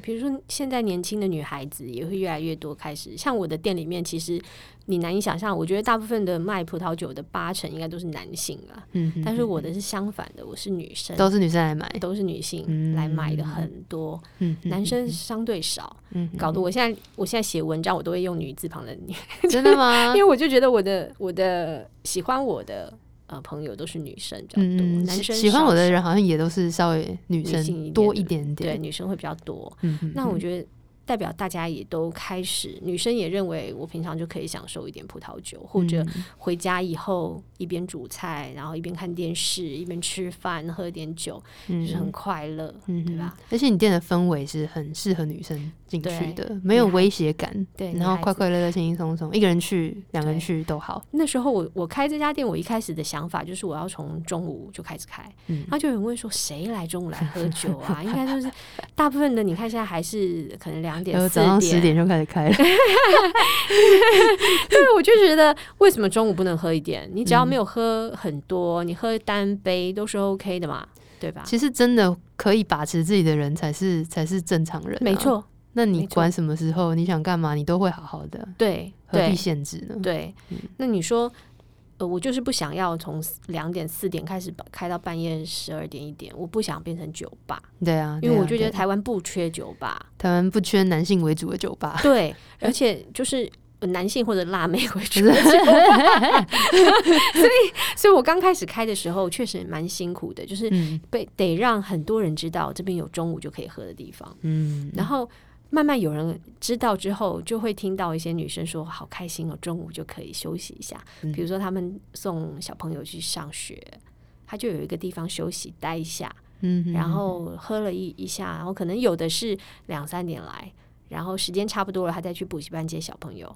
比如说现在年轻的女孩子也会越来越多开始，像我的店里面，其实你难以想象，我觉得大部分的卖葡萄酒的八成应该都是男性啊，嗯哼，但是我的是相反的，我是女生，都是女生来买，都是女性嗯来买的很多，嗯，男生相对少，嗯搞得我现在我现在写文章我都会用女字旁的女， 真的 吗因为？我就觉得我的我的喜欢我的呃朋友都是女生比较多，嗯，男喜生喜欢少我的少人好像也都是稍微女女性一生点多的一点点对，女生会比较多，嗯哼，那我觉得代表大家也都开始，女生也认为我平常就可以享受一点葡萄酒，或者嗯回家以后一边煮菜，然后一边看电视，一边吃饭，喝点酒，就是很快乐，嗯对哼吧？？而且你店的氛围是很适合女生进去对的，没有女孩威胁感，对女然后孩快子快乐乐、轻轻松松，一个人去、两个人对去都好。那时候我我开这家店，我一开始的想法就是我要从中午就开始开，嗯然后就有人问说谁来中午来喝酒 啊？应该就是大部分的，你看现在还是可能两点然后四呃早上十点就开始开了， 对，我就觉得为什么中午不能喝一点？你只嗯要没有喝很多，你喝单杯都是 OK 的嘛，对吧？其实真的可以把持自己的人才是才是正常人、啊没，错，那你没错管什么时候你想干嘛，你都会好好的，对何必嗯对限制呢？对。那你说，呃，我就是不想要从两点四点开始把开到半夜十二点一点，我不想变成酒吧，对啊，因为对啊我就觉对得啊台湾不缺酒吧，台湾不缺男性为主的酒吧，对， 而且就是。呃男性或者辣妹为主的酒吧， 所以，所以我刚开始开的时候确实蛮辛苦的，就是嗯被得让很多人知道这边有中午就可以喝的地方，嗯，然后慢慢有人知道之后，就会听到一些女生说：“好开心哦，中午就可以休息一下。”嗯比如说他们送小朋友去上学，他就有一个地方休息待一下，嗯哼，然后喝了一一下，然后可能有的是两三点来。然后时间差不多了，他再去补习班接小朋友。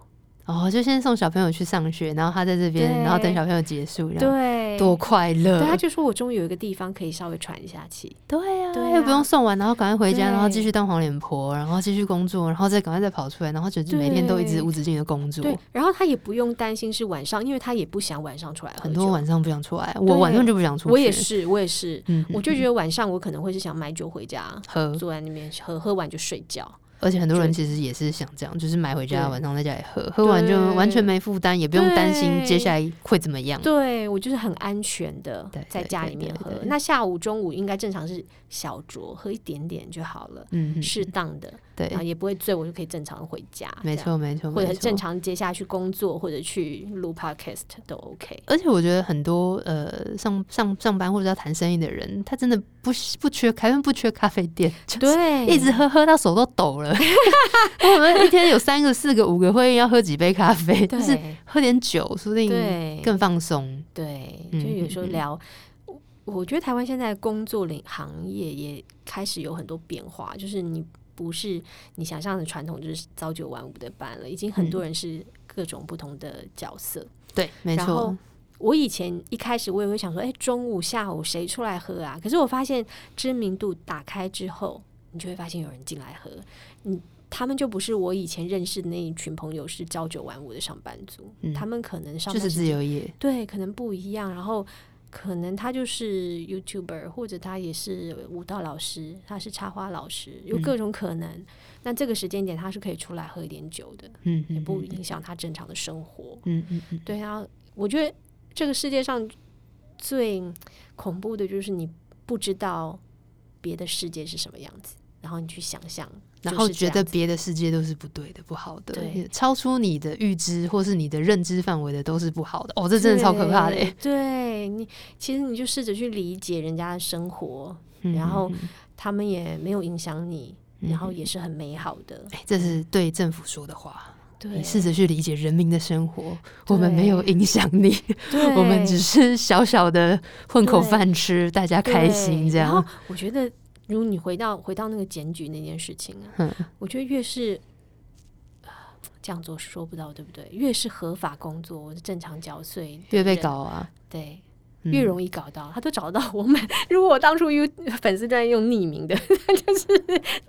哦，就先送小朋友去上学，然后他在这边，对然后等小朋友结束，然后对，多快对，他乐，就说我终于有一个地方可以稍微喘一下气。对啊，对又啊不用送完，然后赶快回家，对然后继续当黄脸婆，然后继续工作，然后再赶快再跑出来，然后就是每天都一直对无止境的工作，对，然后他也不用担心是晚上，因为他也不想晚上出来喝酒。很多晚上不想出来，我晚上就不想出去，我也，是，我也是，嗯，我就觉得晚上我可能会是想买酒回家，喝，坐在那边喝，喝完就睡觉。而且很多人就其实也是想这样，就是买回家对晚上在家里喝，喝完就完全没负担，也不用担心对接下来会怎么样。对我就是很安全的嗯对在对家对里面对喝对。那下午、中午应该正常是小酌，喝一点点就好了，嗯，嗯适当的，对然，后也不会醉，我就可以正常回家。没这样，错没错，或者没是错正。常接下去工作或者去录 podcast 都 OK。而且我觉得很多呃上上上班或者要谈生意的人，他真的不不缺台湾不缺咖啡店，就是对， 一直喝喝到手都抖了。 我们一天有三个、四个、五个会议要喝几杯咖啡，对就是喝点酒，说不定对更放松。对，就嗯有时候嗯嗯聊，我我觉得台湾现在工作领行业也开始有很多变化，就是你不是你想象的传统，就是朝九晚五的班了，已经很嗯多人是各种不同的角色。对，没然错后。我以前一开始我也会想说，哎，中午、下午谁出来喝啊？可是我发现知名度打开之后，你就会发现有人进来喝，你他们就不是我以前认识的那一群朋友，是朝九晚五的上班族，嗯他们可能上就班是时自间由业，对，可能不一样。然后可能他就是 YouTuber，或者他也是舞蹈老师，他是插花老师，嗯有各种可能。那这个时间点，他是可以出来喝一点酒的，嗯，也嗯不影响他正常的生活。嗯嗯嗯，对啊，我觉得这个世界上最恐怖的就是你不知道别的世界是什么样子，然后你去想象，然就后是这觉样得子别的世界都是不对的、不好的，对也超出你的预知或是你的认知范围的都是不好的。哦，这真的超可怕的对欸。对你，其实你就试着去理解人家的生活，嗯然后他们也没有影响你，然后也是很美好的。哎，这是对政府说的话。对，你试着去理解人民的生活，我们没有影响你，对，我们只是小小的混口对饭吃，大家开心对这然样后。我觉得，如果你回到回到那个检举那件事情啊，嗯我觉得越是。呃这样做说不到，对不对？越是合法工作，我是正常缴税，越被人搞啊，对，嗯越容易搞到，他都找得到我们。 如果我当初用粉丝专业用匿名的， 那就是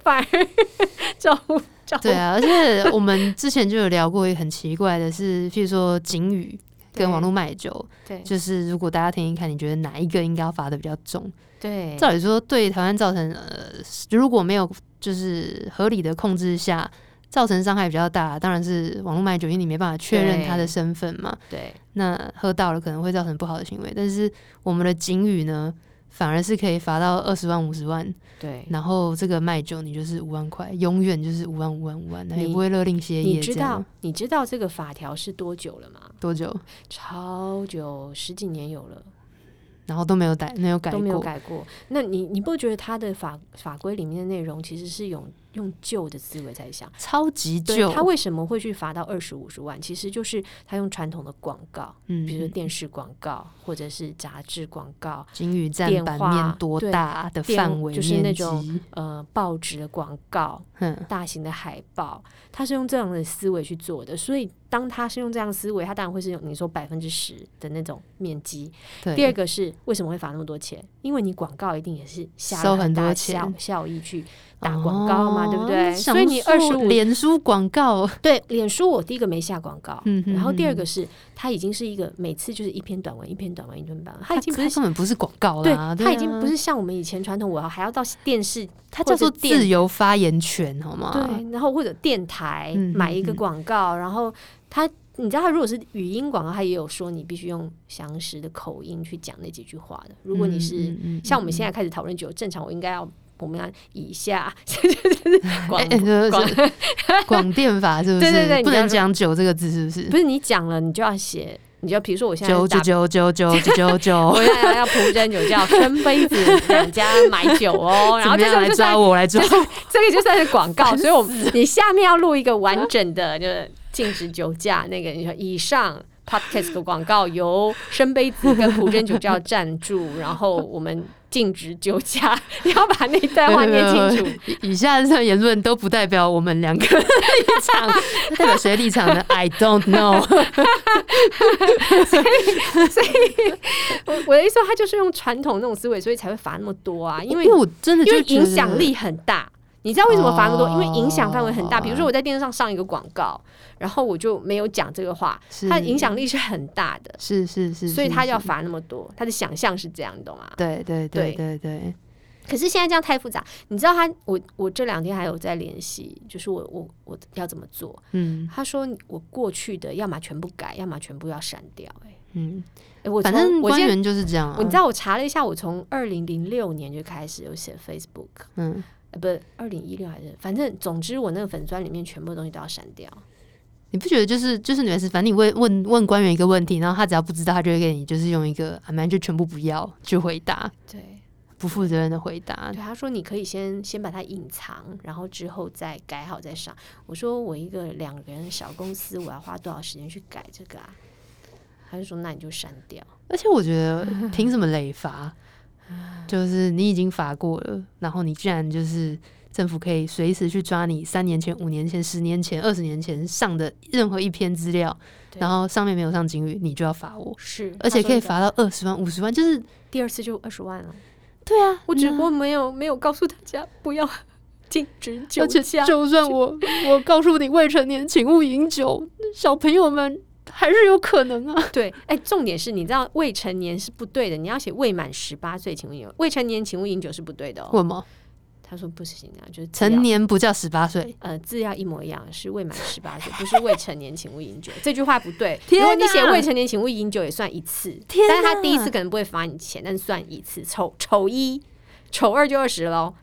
反而 找不找不对啊，而且我们之前就有聊过，很奇怪的是，譬如说警语跟对网络卖酒，对就是如果大家听听看，你觉得哪一个应该要罚的比较重？对照理说，对台湾造成呃，如果没有就是合理的控制下，造成伤害比较大，当然是网络卖酒，因为你没办法确认他的对身份嘛。对，那喝到了可能会造成不好的行为，但是我们的警语呢，反而是可以罚到二十万、五十万，对，然后这个卖酒你就是五万块，永远就是五万、五万、五万，那也你不会勒令歇你业。知这样道你知道这个法条是多久了吗？多久？超久，十几年有了，然后都没有改，没有改都没有过。改过。那你你不觉得它的法法规里面的内容其实是用用旧的思维在想？超级对旧，他为什么会去罚到二十五十万？其实就是他用传统的广告，嗯比如说电视广告或者是杂志广告，金鱼占电版话面多对大的电范围面积？就是那种呃报纸的广告、嗯，大型的海报，他是用这样的思维去做的。所以当他是用这样的思维，他当然会是用你说百分之十的那种面积。对。第二个是为什么会罚那么多钱？因为你广告一定也是下了收很很多大钱效效益去打广告嘛，对不哦对？想所以你说二十五脸书广告，对，脸书我第一个没下广告，嗯哼然后第二哼个是它已经是一个每次就是一篇短文，一篇短文，一篇短文，它已经不它是根本啊不是广告对啦，，它已经啊不是像我们以前传统，我还要到电视它或叫者做电自由发言权，好吗？对，然后或者电台啊嗯买一个嗯嗯广告，然后它你知道它如果是语音广告，它也有说你必须用详实的口音去讲那几句话的。如果你是像我们现在开始讨论酒，正常我应该要我们要以下 就是广哎，哎这广是广电法是不是？对对对你不要能说讲“酒”这个字，是不是不？是你讲了，你就要写，你就比如说我现在九打九九九九九九，我现在要蒲真酒窖分杯子两家买酒 哦，然怎后么这个样来就抓算我？来抓我！这个就算是广告，所以我们你下面要录一个完整的，就是禁止酒驾那个，你说以上。Podcast 的广告由深杯子跟蒲真酒窖赞助，然后我们禁止酒驾， 你要把那一段画面清楚。以下这言论都不代表我们两个立场，代表谁立场呢？I don't know。我我的意思说，他就是用传统那种思维，所以才会罚那么多啊，因为因为我真的因就为觉影得响力很大。你知道为什么罚那么多？哦因为影响范围很大。比如说我在电视上上一个广告，然后我就没有讲这个话，是它的影响力是很大的，是是是，所以是他要是罚那么多。他的想象是这样，你懂吗？对对对对对，可是现在这样太复杂。你知道他，我我这两天还有在联系，就是我我我要怎么做？嗯他说我过去的要么全部改，要么全部要删掉、欸。嗯，哎，我反从正我官现在员就是这样啊。我你知道我查了一下，我从二零零六年就开始有写 Facebook。嗯，呃，不是二零一六还是，反正总之我那个粉砖里面全部东西都要删掉。你不觉得就是就是你们是，反正你问问问官员一个问题，然后他只要不知道，他就会给你就是用一个啊，反正就全部不要去回答，对，不负责任的回答啊对，。他说你可以先先把它隐藏，然后之后再改好再上。我说我一个两个人的小公司，我要花多少时间去改这个啊？他就说那你就删掉。而且我觉 得凭什么累罚？就是你已经罚过了，然后你居然就是政府可以随时去抓你三年前、五年前、十年前、二十年前上的任何一篇资料，对然后上面没有上警语，你就要罚我，是，哦而且他说可以的罚到二十万、五十万，就是第二次就二十万了。对啊，我只不那过没有没有告诉大家不要 禁止酒而且驾。就算我我告诉你未成年请勿饮酒，小朋友们还是有可能啊。对，哎，重点是你知道未成年是不对的，你要写未满十八岁请勿饮酒，未成年请勿饮酒是不对的哦。为什么？他说不行啊，就是资料成年不叫十八岁？呃，字要一模一样，是未满十八岁，不是未成年请勿饮酒。这句话不对。如天果你写哪未成年请勿饮酒也算一次，天但是他第一哪次可能不会罚你钱，但是算一次，丑丑一，丑二就二十哦喽。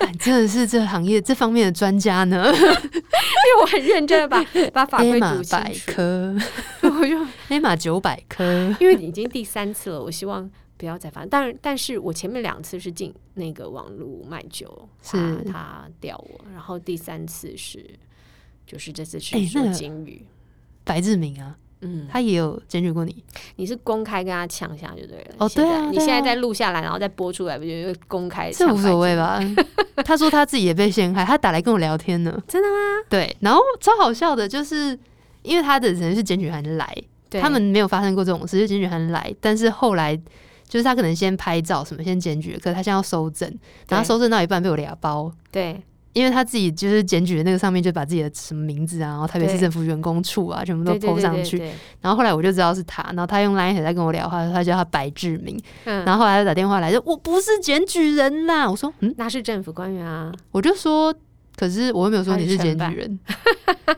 哎，真的是这行业这方面的专家呢，因哎为我很认真的 把把法黑规马读清百楚，科， 我就黑马九百科，因为已经第三次了，我希望不要再罚。但但是我前面两次是进那个网络卖酒，他是他吊我，然后第三次是就是这次哎是说那个金鱼，白志明啊，嗯。他也有检举过你，你是公开跟他呛下就对了。哦现在对啊你对啊现在再录下来，然后再播出来，不就是公开？这无所谓？吧？ 他说他自己也被陷害，他打来跟我聊天呢， 真的吗？对，然后超好笑的，就是因为他的人是检举函来，对，他们没有发生过这种事，就检举函来，但是后来就是他可能先拍照什么，先检举，可是他现在要收证，然后对收证到一半被我俩包，对因为他自己就是检举的那个上面就把自己的什么名字啊，然后台北市对政府员工处啊，全部都对对 PO 对上对去。对然后后来我就知道是他，然后他用 LINE 也在跟我聊话，他叫他白志明。嗯，然后后来他打电话来，就我不是检举人呐、我说嗯，那是政府官员啊，我就说，可是我又没有说你是检他是举人，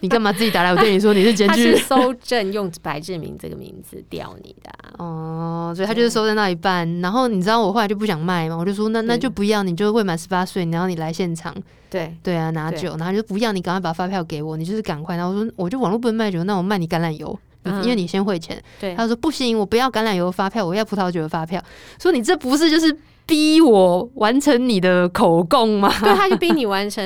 你干嘛自己打来我店里说你是检他 举是人？搜证用白志明这个名字调你的、啊。哦，所以他就是收证到一半，然后你知道我后来就不想卖嘛，我就说那那对就不要，你就未满十八岁，然后你来现场，对，对啊，拿对酒，然后他就不要，你赶快把发票给我，你就是赶快。然后我说我就网络不能卖酒，那我卖你橄榄油，你嗯因为你先汇钱。对他说不行，我不要橄榄油的发票，我要葡萄酒的发票。说你这不是就是逼我完成你的口供 吗？对，他就逼你完 成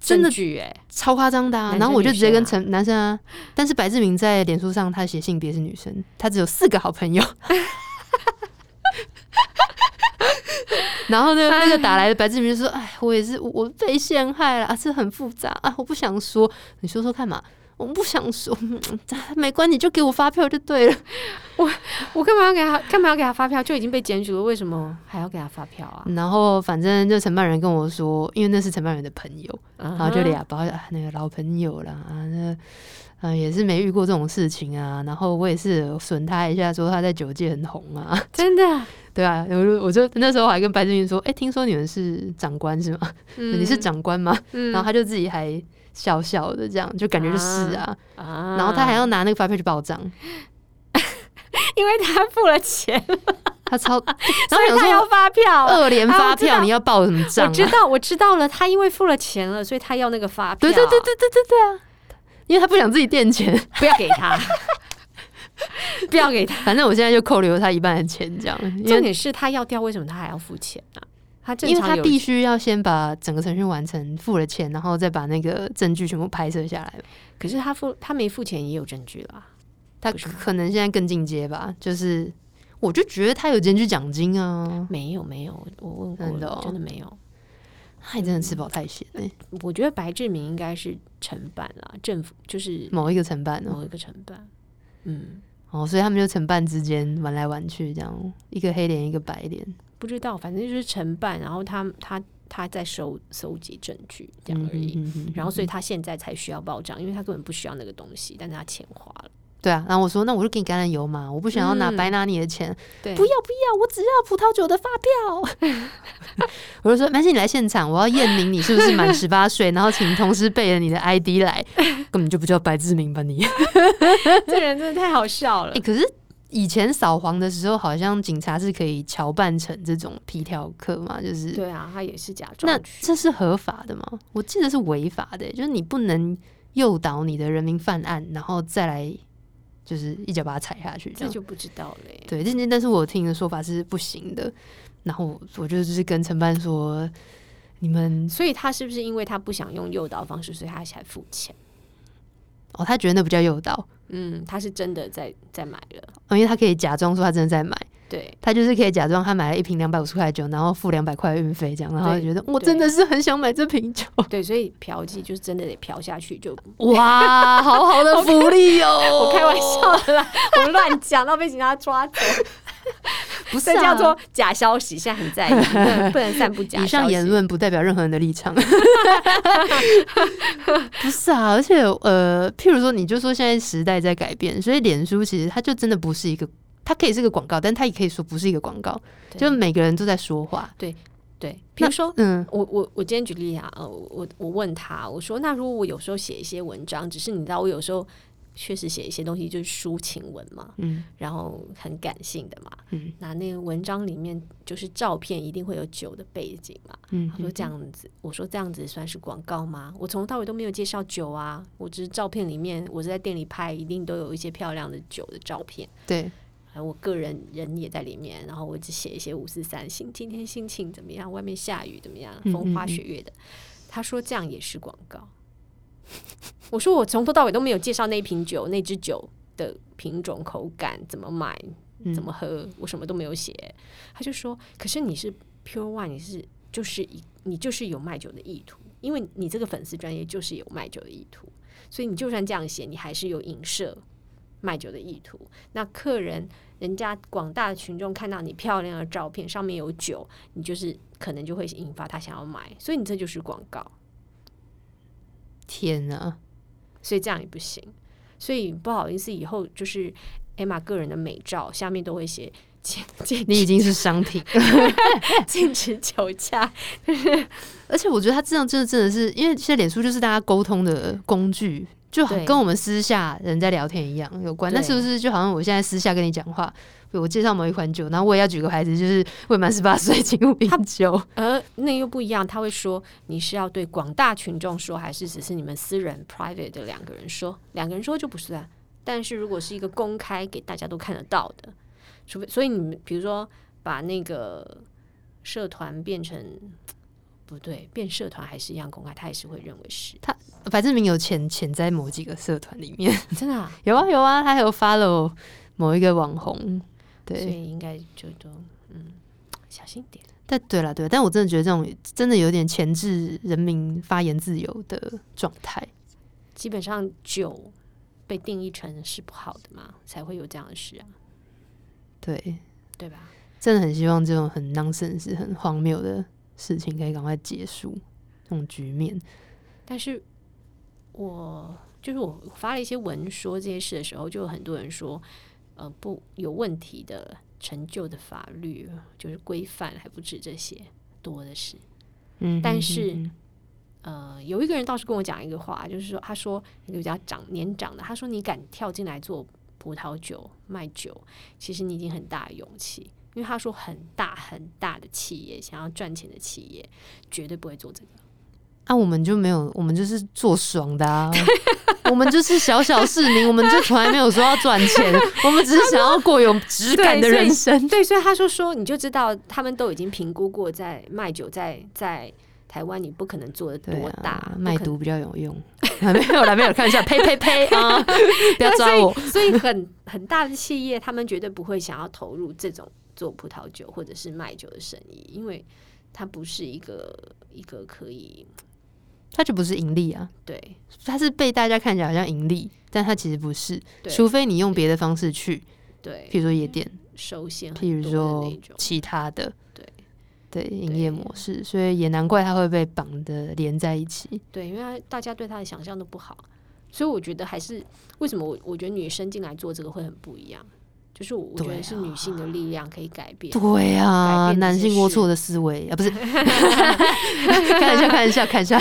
真的证据、哎，超夸张的、啊。男生然后我就直接跟女生陈男生啊，但是白志明在脸书上他写性别是女生，他只有四个好 朋友。然后哎呢，那个打来的白志明就说：“哎，我也是，我我被陷害了啊，这很复杂啊，我不想说，你说说看嘛，我不想说，嗯没关系，你就给我发票就对了。我干嘛要给他？干嘛要给他发票？就已经被检举了，为什么还要给他发票啊？然后反正就承办人跟我说，因为那是承办人的朋友，然然后就俩包、啊、那个老朋友啦，啊那啊也是没遇过这种事情啊，然后我也是损他一下，说他在酒界很红啊， 真的，对啊，我就我就那时候还跟白志云说，哎、听说你们是长官是吗？嗯你是长官吗？嗯然后他就自己还笑笑的这样，就感觉就是啊，啊然后他还要拿那个发票去报账，因为他付了钱，他超，然所后以我他想要说发票啊。二连啊我发知票道你要报什么账、我啊？知道，我知道了，他因为付了钱了，所以他要那个发票。啊对对对对对对对啊！因为他不想自己垫钱，不要给 他，不要给他。反正我现在就扣留他一半的钱，这样。因重为点是他要掉，为什么他还要付钱啊？他正因为常他有必须要先把整个程序完成，付了钱，然后再把那个证据全部拍摄下来嘛。可是他付他没付钱也有证据啦。他为什么可能现在更进阶吧，就是我就觉得他有检举奖金啊，没有没有，我问过真的了哦真的没有。他也真的吃饱太闲哎、我觉得白志明应该是承办啦，政府就是某一个承办哦、某一个承办。嗯，哦，所以他们就承办之间玩来玩去，这样一个黑脸一个白脸，不知道，反正就是承办，然后他他他在收搜集证据这样而已。嗯哼哼哼然后，所以他现在才需要报账，因为他根本不需要那个东西，但是他钱花了。对啊，然后我说那我就给你橄榄油嘛，我不想要拿嗯白拿你的钱，对，不要不要，我只要葡萄酒的发票。 我就说，没事，你来现场，我要验明你是不是 满十八岁，然后请同时背着你的 ID 来，根本就不叫白志明吧你？这人真的太好笑了哎、。可是以前扫黄的时候，好像警察是可以乔办成这种皮条客嘛，就是对啊，他也是假那装去。这是合法的吗？我记得是违法的、就是你不能诱导你的人民犯案，然后再来就是一脚把他踩下去，这这样就不知道嘞、对，但是但是我听的说法是不行的，然后我我就是跟承办说，你们所以他是不是因为他不想用诱导方式，所以他才付钱？哦，他觉得那不叫诱导，嗯，他是真的在在买了，哦因为他可以假装说他真的在买，对，他就是可以假装他买了一瓶两百五十块的酒，然后付两百块的运费这样，然后对就觉得我真的是很想买这瓶酒，对，所以嫖妓就是真的得嫖下去就，哇，好好的福利哦！ 我开玩，笑 的啦，我乱讲，到被警察抓走，不是、这啊、叫做假消息，现在很 在意，不能不能散布假消息。以上言论不代表任何人的 立场。不是啊，而且呃，譬如说，你就说现在时代在改变，所以脸书其实它就真的不是一个，它可以是个广告，但它也可以说不是一个广告，对就每个人都在说话。对，比如说。嗯，我我我今天举例啊，呃，我我我问他，我说那如果我有时候写一些文章，只是你知道我有时候确实写一些东西就是抒情文嘛，嗯，然后很感性的嘛，嗯，那那个文章里面就是照片一定会有酒的背景嘛，嗯他说这样子，我说这样子算是广告吗？我从头到尾都没有介绍酒啊，我只是照片里面我是在店里拍，一定都有一些漂亮的酒的照片。对，还有我个人人也在里面，然后我只写一些五四三心，今天心情怎么样？外面下雨怎么样？嗯风花雪月的。他说这样也是广告。 我说我从头到尾都没有介绍那一瓶酒、那支酒的品种、口感、怎么买、嗯怎么喝，我什么都没有写。他就说，可是你是 pure one，你是就是一你就是有卖酒的意图，因为你这个粉丝专业就是有卖酒的意图，所以你就算这样写，你还是有影射卖酒的意图。那客人人家广大的群众看到你漂亮的照片，上面有酒，你就是可能就会引发他想要买，所以你这就是广告。天啊哪！所以这样也不行。所以不好意思，以后就是 Emma 个人的美照下面都会写 禁禁你已经是商品，禁止酒驾，而且我觉得他这样真的真的是，因为现在脸书就是大家沟通的工具，就好对跟我们私下人在聊天一样有关。对那是不是就好像我现在私下跟你讲话，我介绍某一款酒，然后我也要举个牌子，就是未满十八岁请勿饮酒。而那又不一样。他会说你是要对广大群众说，还是只是你们私人 private 的两个人说？两个人说就不算。但是如果是一个公开给大家都看得到的，除非所以你们比如说把那个社团变成不对，变社团还是一样公开，他也是会认为是 白志明有潜潜在某几个社团里面，真的、啊。 有啊有啊，他还有 follow 某一个网红，对，所以应该就都嗯小心点。但对了，对啦，但我真的觉得这种真的有点钳制人民发言自由的状态。基本上酒被定义成是不好的嘛，才会有这样的事啊，对，对吧？真的很希望这种很 nonsense、很荒谬的事情可以赶快结束，这种局面。但是我就是我发了一些文说这些事的时候，就有很多人说，呃，不有问题的陈旧的法律就是规范还不止这些，多的是。嗯但哼是哼哼呃，有一个人倒是跟我讲一个话，就是说，他说一个比较长年长的，他说你敢跳进来做葡萄酒卖酒，其实你已经很大的勇气，因为他说很大很大的企业想要赚钱的企业绝对不会做这个。啊，我们就没有，我们就是做爽的啊， 我们就是小小市民，我们就从来没有说要赚钱，我们只是想要过有质感的对所以人生。对，所以他说说你就知道他们都已经评估过，在卖酒在在台湾你不可能做的对多大，啊，不卖可能毒比较有用。 啊没有啦，没有啦，开 玩笑，呸呸呸啊！不要抓我。所以很很大的企业，他们绝对不会想要投入这种做葡萄酒或者是卖酒的生意，因为它不是一个一个可以它就不是盈利啊，对它是被大家看起来好像盈利，但它其实不是，对除非你用别的方式去，对譬如说夜店，收现譬很多如说的那种。其他的，对对营业模式，所以也难怪它会被绑的连在一起。对，因为他大家对他的想象都不好，所以我觉得还是为什么我我觉得女生进来做这个会很不一样，就是我我觉对啊得是女性的力量可以改变。对啊，改变这些男性龌龊的思维 啊，不是，看一下，看一下，看一下，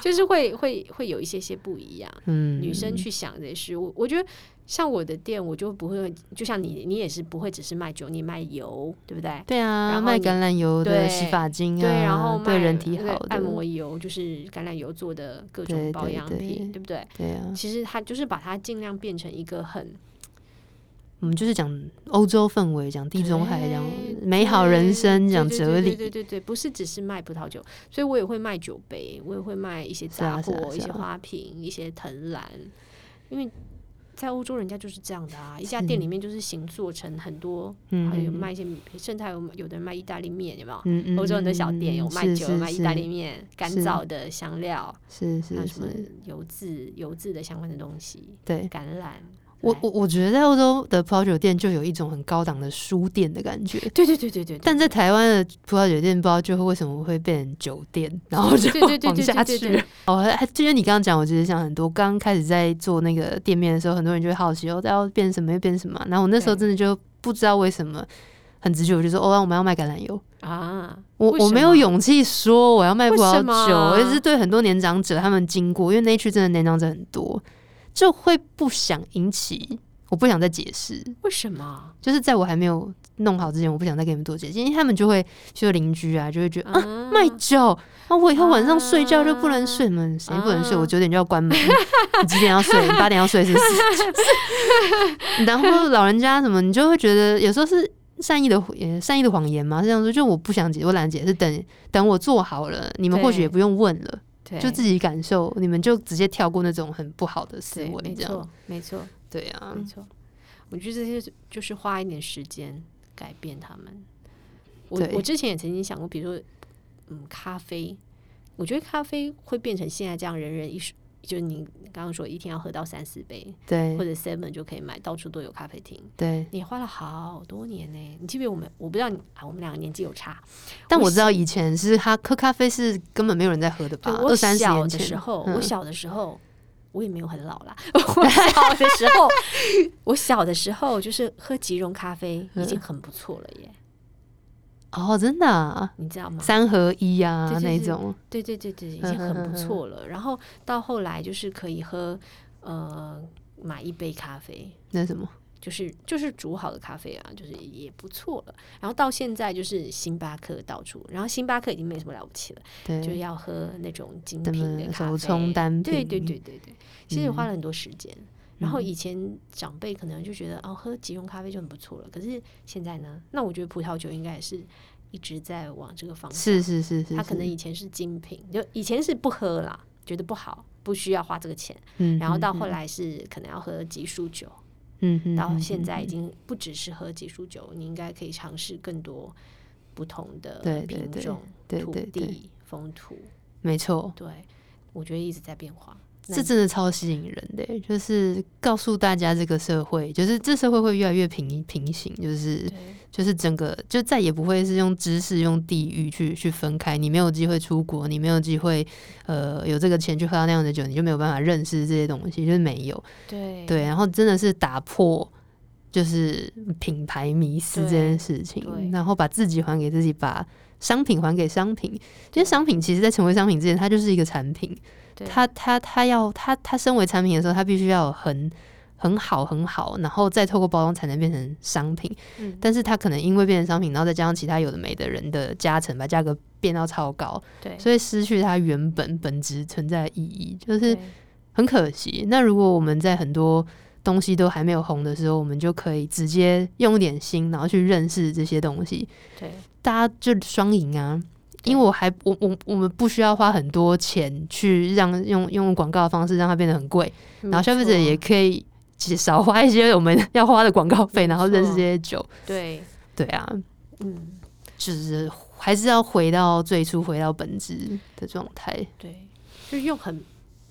就是会会会有一些些不一样。嗯，女生去想这些事，我我觉得像我的店，我就不会，就像你，你也是不会只是卖酒，你卖油，对不对？对然啊，后卖你橄榄油的对洗发精啊，对，然后卖对人体那个好的，按摩油，就是橄榄油做的各对种保对养对品，对不对？对啊，其实它就是把它尽量变成一个很我们就是讲欧洲氛围，讲地中海，讲对美好人生，对讲对哲对理对，对对对，不是只是卖葡萄酒，所以我也会卖酒杯，我也会卖一些是啊杂是啊货、一是些啊花瓶、一些藤兰，因为在欧洲人家就是这样的啊，一家店里面就是形做成很多，嗯还有卖一些，甚至还有有的人卖意大利面，有没有？嗯嗯，欧洲人的小店有嗯卖是酒、是有卖意大利是面、干是燥的香料，是还有是什么是，油渍、油渍的相关的东西，对橄榄。我对我我觉得在欧洲的葡萄酒店就有一种很高档的书店的感觉，对对对对对，对但在台湾的葡萄酒店，不知道就会为什么会变成酒店，然后就对对对对 往对下对去对了。哦，还就像你刚刚讲，我觉得想很多。刚开始在做那个店面的时候，很多人就会好奇哦，要变什么又变什么啊。然后我那时候对真的就不知道为什么，很直觉我就说，哦，那我们要卖橄榄油。啊，我为我什没有么勇气说我要卖葡为萄什酒，么我也是对很多年长者他们经过，因为那一区真的年长者很多，就会不想引起，我不想再解释，为什么？就是在我还没有弄好之前，我不想再给你们多解释，因为他们就会就邻居啊就会觉得、啊啊卖酒啊，我以后晚上睡觉就不能睡嘛，谁不能睡？我啊九点就要关门，你几点要睡？你八点要睡是不是？就是 然后老人家什么，你就会觉得有时候是善意的呃善意的谎言嘛，是这样说，就我不想解，我懒得解释，等等我做好了，你们或许对也不用问了，对就自己感受，你们就直接跳过那种很不好的思对维，没这样错，嗯没错，对啊没，错。我觉得这些就是花一点时间改变他们。我对我之前也曾经想过，比如说，嗯，咖啡，我觉得咖啡会变成现在这样人人一手就是你刚刚说一天要喝到三四杯，对或者 seven 就可以买，到处都有咖啡厅。对，你花了好多年呢、你记不记得我们？我不知道你啊，我们两个年纪有差。但我我知道以前是他喝咖啡是根本没有人在喝的吧？对啊二我三十小年的时前，候，嗯我小的时候，我也没有很老啦。 我小的时 候，我小的时候就是喝即溶咖啡已嗯经很不错了耶，哦，真的、啊、你知道吗？三合一啊对对那对种，对对对对，已嗯经很不错了。然后到后来就是可以喝，呃，买一杯咖啡，那什么就是就是煮好的咖啡啊，就是也不错了。然后到现在就是星巴克到处，然后星巴克已经没什么了不起了，就对，要喝那种精什品的么咖手啡，冲单品，对对对对对，其实嗯花了很多时间。然后嗯以前长辈可能就觉得哦，喝即溶咖啡就很不错了。可是现在呢，那我觉得葡萄酒应该也是一直在往这个方向。是是是是，他可能是以前是精品，就以前是不喝啦，觉得不好，不需要花这个钱。嗯，然后到嗯后，来是可能要喝级数酒，嗯嗯，到嗯现在已嗯经不只是喝级数酒，你应该可以尝试更多不同的对对品对种、对土对对，地、风土。没错，对，我觉得一直在变化。那这真的超吸引人的欸，就是告诉大家这个社会，就是这社会会越来越平平行，就是对就是整个就再也不会是用知识、用地域去去分开。你没有机会出国，你没有机会呃有这个钱去喝到那样的酒，你就没有办法认识这些东西，就是没有对对。然后真的是打破就是品牌迷思这件事对情，然后把自己还给自己，把商品还给商品。因为商品其实在成为商品之前，它就是一个产品。对他他他要他他身为产品的时候，他必须要有很很好很好，然后再透过包装才能变成商品。嗯但是他可能因为变成商品，然后再加上其他有的没的人的加成，把价格变到超高，对，所以失去它原本本质存在的意义，就是对很可惜。那如果我们在很多东西都还没有红的时候，我们就可以直接用一点心，然后去认识这些东西，对大家就双赢啊。对因为我还我我我们不需要花很多钱去让用用广告的方式让它变得很贵，没然后消费者错也可以少花一些我们要花的广告费，没然后认识错这些酒。对，对啊，嗯。就是还是要回到最初，回到本质的状态。对，就是用很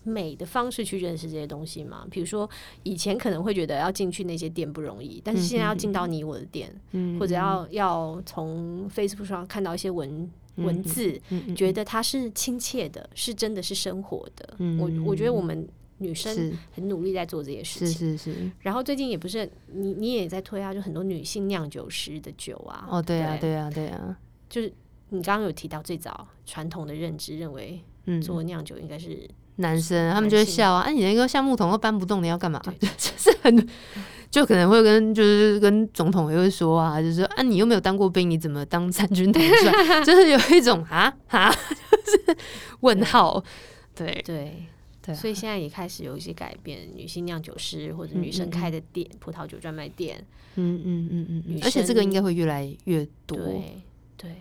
美的方式去认识这些东西嘛。比如说，以前可能会觉得要进去那些店不容易，但是现在要进到你我的店，嗯或者要要从 Facebook 上看到一些文嗯文字，嗯嗯觉得它是亲切的，是真的是生活的。嗯我我觉得我们女生是很努力在做这些事是情。是是，然后最近也不是你你也在推啊，就很多女性酿酒师的酒啊。哦，对啊，对，对啊，对啊，就是你刚刚有提到最早传统的认知认为嗯，做酿酒应该 是男生他男们就会性笑啊，啊，你那个橡木桶都搬不动，你要干嘛？对 就是很，就可能会跟就是跟总统也会说啊，就是说啊，你又没有当过兵，你怎么当参军统帅？就是有一种啊啊， 就是问号，对对，对啊，所以现在也开始有一些改变，女性酿酒师或者嗯女生嗯开的店，葡萄酒专卖店，嗯嗯嗯嗯女嗯，而且这个应该会越来越多，对对，